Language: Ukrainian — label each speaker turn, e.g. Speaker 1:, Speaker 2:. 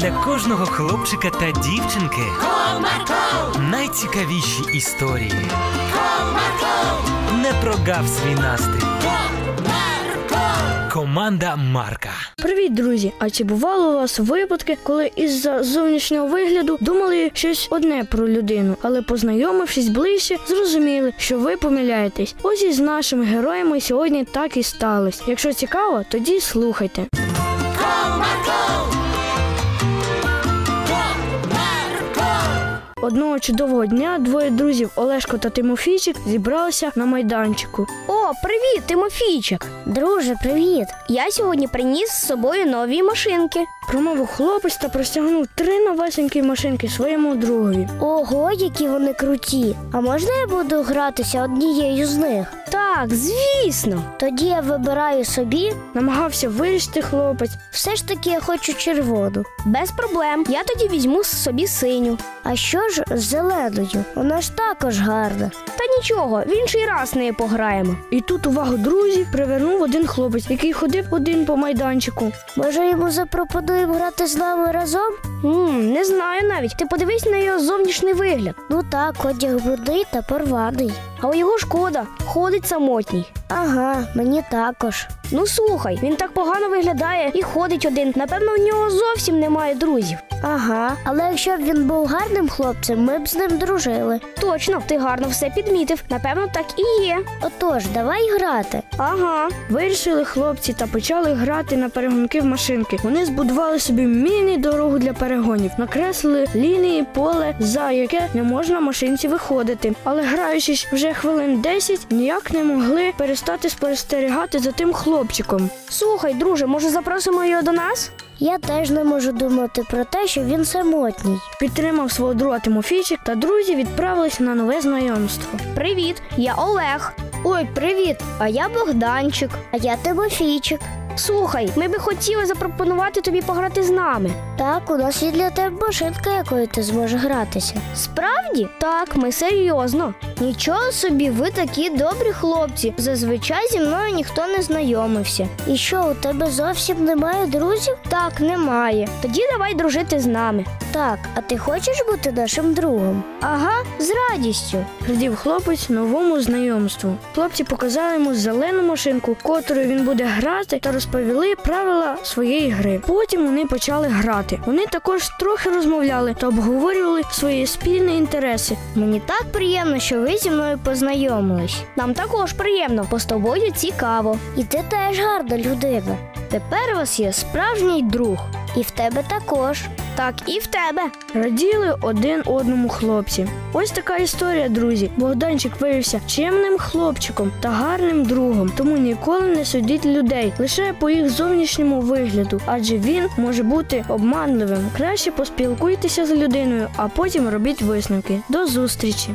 Speaker 1: для кожного хлопчика та дівчинки
Speaker 2: Comarco,
Speaker 1: найцікавіші історії.
Speaker 2: Comarco,
Speaker 1: Не прогав свій настрій.
Speaker 2: Comarco.
Speaker 1: Команда Марка.
Speaker 3: Привіт, друзі! А чи бувало у вас випадки, коли із-за зовнішнього вигляду думали щось одне про людину, але познайомившись ближче, зрозуміли, що ви помиляєтесь? Ось і з нашими героями сьогодні так і сталося. Якщо цікаво, тоді слухайте. Одного чудового дня двоє друзів Олешко та Тимофійчик зібралися на майданчику.
Speaker 4: О, привіт, Тимофійчик. Друже, привіт. Я сьогодні приніс з собою нові машинки.
Speaker 3: Промовив хлопець та простягнув три новесенькі машинки своєму другові.
Speaker 4: Ого, які вони круті. А можна я буду гратися однією з них? Так, звісно. Тоді я вибираю собі.
Speaker 3: Намагався вирішити хлопець,
Speaker 4: Все ж таки я хочу червону. Без проблем. Я тоді візьму собі синю. А що ж з зеленою? Вона ж також гарна. Та нічого, в інший раз нею пограємо.
Speaker 3: І тут увагу друзів привернув один хлопець, який ходив один по майданчику.
Speaker 4: Може, йому запропонуємо грати з нами разом? м не знаю навіть. Ти подивись на його зовнішній вигляд. Ну так, одяг брудний та порваний. А у його шкода, ходить самотній. Ага, мені також. Ну слухай, він так погано виглядає і ходить один. Напевно, в нього зовсім немає друзів. Ага, але якщо б він був гарним хлопцем, ми б з ним дружили. Точно, ти гарно все підмітив. Напевно, так і є. Отож, давай грати. Ага.
Speaker 3: Вирішили хлопці та почали грати на перегонки в машинки. Вони збудували собі міні-дорогу для перегонів, накреслили лінії поле, за яке не можна машинці виходити. Але граючись вже хвилин 10, ніяк не могли перестати спостерігати за тим хлопчиком.
Speaker 4: Слухай, друже, може запросимо його до нас? Я теж не можу думати про те, що він самотній.
Speaker 3: Підтримав свого друга Тимофійчик та друзі відправились на нове знайомство.
Speaker 4: Привіт, я Олег. Ой, привіт, а я Богданчик. А я Тимофійчик. Слухай, ми би хотіли запропонувати тобі пограти з нами. Так, у нас є для тебе машинка, якою ти зможеш гратися. Справді? Так, ми серйозно. Нічого собі, ви такі добрі хлопці. Зазвичай зі мною ніхто не знайомився. І що, у тебе зовсім немає друзів? Так, немає. Тоді давай дружити з нами. Так, а ти хочеш бути нашим другом? Ага, з радістю.
Speaker 3: Радів хлопець новому знайомству. Хлопці показали йому зелену машинку, котрою він буде грати, та розповіли правила своєї гри. Потім вони почали грати. Вони також трохи розмовляли та обговорювали свої спільні інтереси.
Speaker 4: Мені так приємно, що ви зі мною познайомились. Нам також приємно, бо з тобою цікаво. І ти теж гарна людина. Тепер у вас є справжній друг. І в тебе також. Так, і в тебе.
Speaker 3: Раділи один одному хлопці. Ось така історія, друзі. Богданчик виявився чемним хлопчиком та гарним другом, тому ніколи не судіть людей лише по їх зовнішньому вигляду, адже він може бути обманливим. Краще поспілкуйтеся з людиною, а потім робіть висновки. До зустрічі!